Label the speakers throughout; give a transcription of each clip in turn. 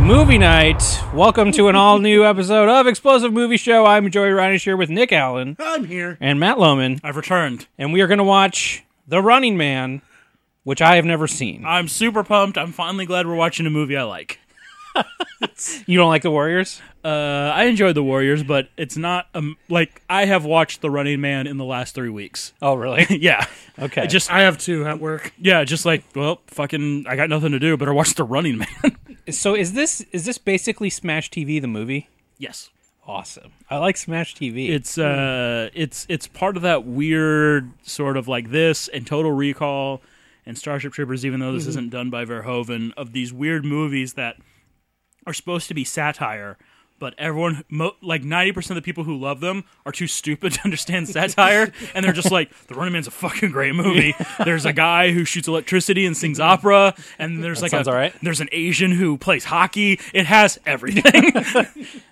Speaker 1: movie night. Welcome to an all new episode of Explosive Movie Show. I'm Joey Reinish here with Nick Allen
Speaker 2: I'm here.
Speaker 1: and Matt Lohman,
Speaker 3: I've returned.
Speaker 1: and we are going to watch The Running Man, which I have never seen.
Speaker 3: I'm super pumped. I'm finally glad we're watching a movie I like.
Speaker 1: You don't like The Warriors?
Speaker 3: Uh, I enjoyed The Warriors, but it's not um, like I have watched The Running Man in the last three weeks.
Speaker 1: Oh, really?
Speaker 3: Yeah,
Speaker 1: Okay.
Speaker 3: I just
Speaker 2: I have two at work.
Speaker 3: yeah, just like well, fucking, I got nothing to do. Better watch The Running Man.
Speaker 1: so is this is this basically Smash TV the movie?
Speaker 3: yes,
Speaker 1: Awesome. I like Smash TV.
Speaker 3: it's uh, it's it's part of that weird sort of like this and Total Recall and Starship Troopers, even
Speaker 1: Mm-hmm.
Speaker 3: though this isn't done by Verhoeven, of these weird movies that are supposed to be satire, but everyone, mo- like ninety percent of the people who love them, are too stupid to understand satire, and they're just like, "The Running Man's a fucking great movie." There's a guy who shoots electricity and sings opera, and there's like
Speaker 1: sounds
Speaker 3: a
Speaker 1: all right.
Speaker 3: there's an Asian who plays hockey. It has everything.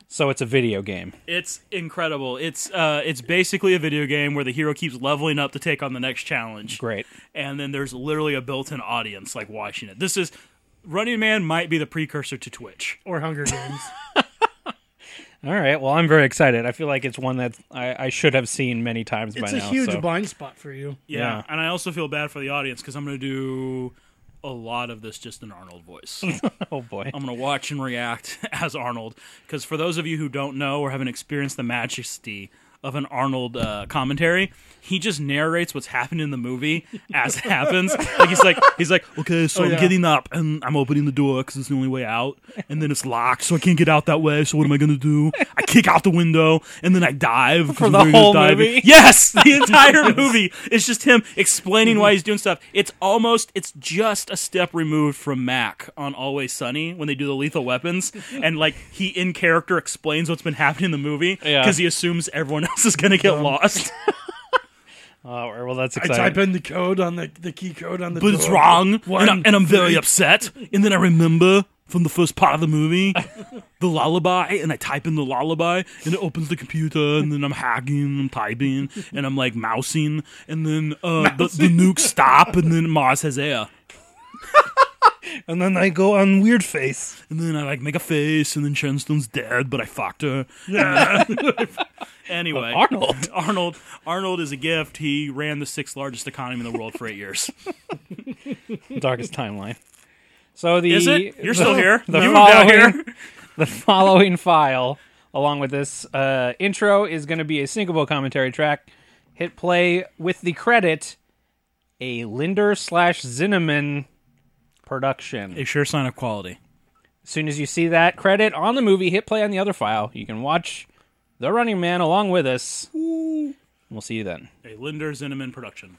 Speaker 1: so it's a video game.
Speaker 3: It's incredible. It's uh, it's basically a video game where the hero keeps leveling up to take on the next challenge.
Speaker 1: Great.
Speaker 3: And then there's literally a built-in audience like watching it. This is Running Man might be the precursor to Twitch.
Speaker 2: Or Hunger Games.
Speaker 1: All right. Well, I'm very excited. I feel like it's one that I, I should have seen many times by
Speaker 2: it's
Speaker 1: now.
Speaker 2: a huge
Speaker 1: so-
Speaker 2: blind spot for you.
Speaker 3: Yeah.
Speaker 1: Yeah.
Speaker 3: And I also feel bad for the audience because I'm going to do a lot of this just in Arnold voice.
Speaker 1: oh boy.
Speaker 3: I'm going to watch and react as Arnold because for those of you who don't know or haven't experienced the majesty of an Arnold uh, commentary, he just narrates what's happened in the movie as it happens. Like he's like he's like, okay,
Speaker 1: Oh,
Speaker 3: so
Speaker 2: yeah.
Speaker 3: I'm getting up and I'm opening the door because it's the only way out, and then it's locked, so I can't get out that way. So what am I going to do? I kick out the window and then I dive 'cause
Speaker 1: For
Speaker 3: I'm
Speaker 1: the
Speaker 3: very good at
Speaker 1: whole
Speaker 3: diving."
Speaker 1: movie?
Speaker 3: Yes, the entire movie is just him explaining why he's doing stuff. It's almost, it's just a step removed from Mac on Always Sunny when they do the lethal weapons, and like he in character explains what's been happening in the movie
Speaker 1: Yeah.
Speaker 3: because he assumes everyone else is gonna get lost,
Speaker 1: Oh, well, that's
Speaker 2: I
Speaker 1: exciting.
Speaker 2: type in the code on the the key code on the
Speaker 3: but it's
Speaker 2: door.
Speaker 3: wrong, and, I,
Speaker 2: One.
Speaker 3: and I'm very upset. And then I remember. From the first part of the movie, the lullaby, and I type in the lullaby, and it opens the computer, and then I'm hacking, I'm typing, and I'm like mousing, and then uh, the, the nukes stop, and then Mars has air.
Speaker 1: and then I go on weird face.
Speaker 3: And then I like make a face, and then Shenstone's dead, but I fucked her. anyway,
Speaker 1: Arnold.
Speaker 3: Arnold, Arnold is a gift. He ran the sixth largest economy in the world for eight years.
Speaker 1: Darkest timeline. So the
Speaker 3: Is it? You're still
Speaker 1: the-
Speaker 3: here.
Speaker 1: The
Speaker 3: you were
Speaker 1: following,
Speaker 3: down here.
Speaker 1: the following file, along with this uh, intro, is going to be a syncable commentary track. Hit play with the credit, a Linder slash Zinneman production.
Speaker 3: A sure sign of quality.
Speaker 1: As soon as you see that credit on the movie, hit play on the other file. You can watch The Running Man along with us. We'll see you then.
Speaker 3: A Linder Zinneman production.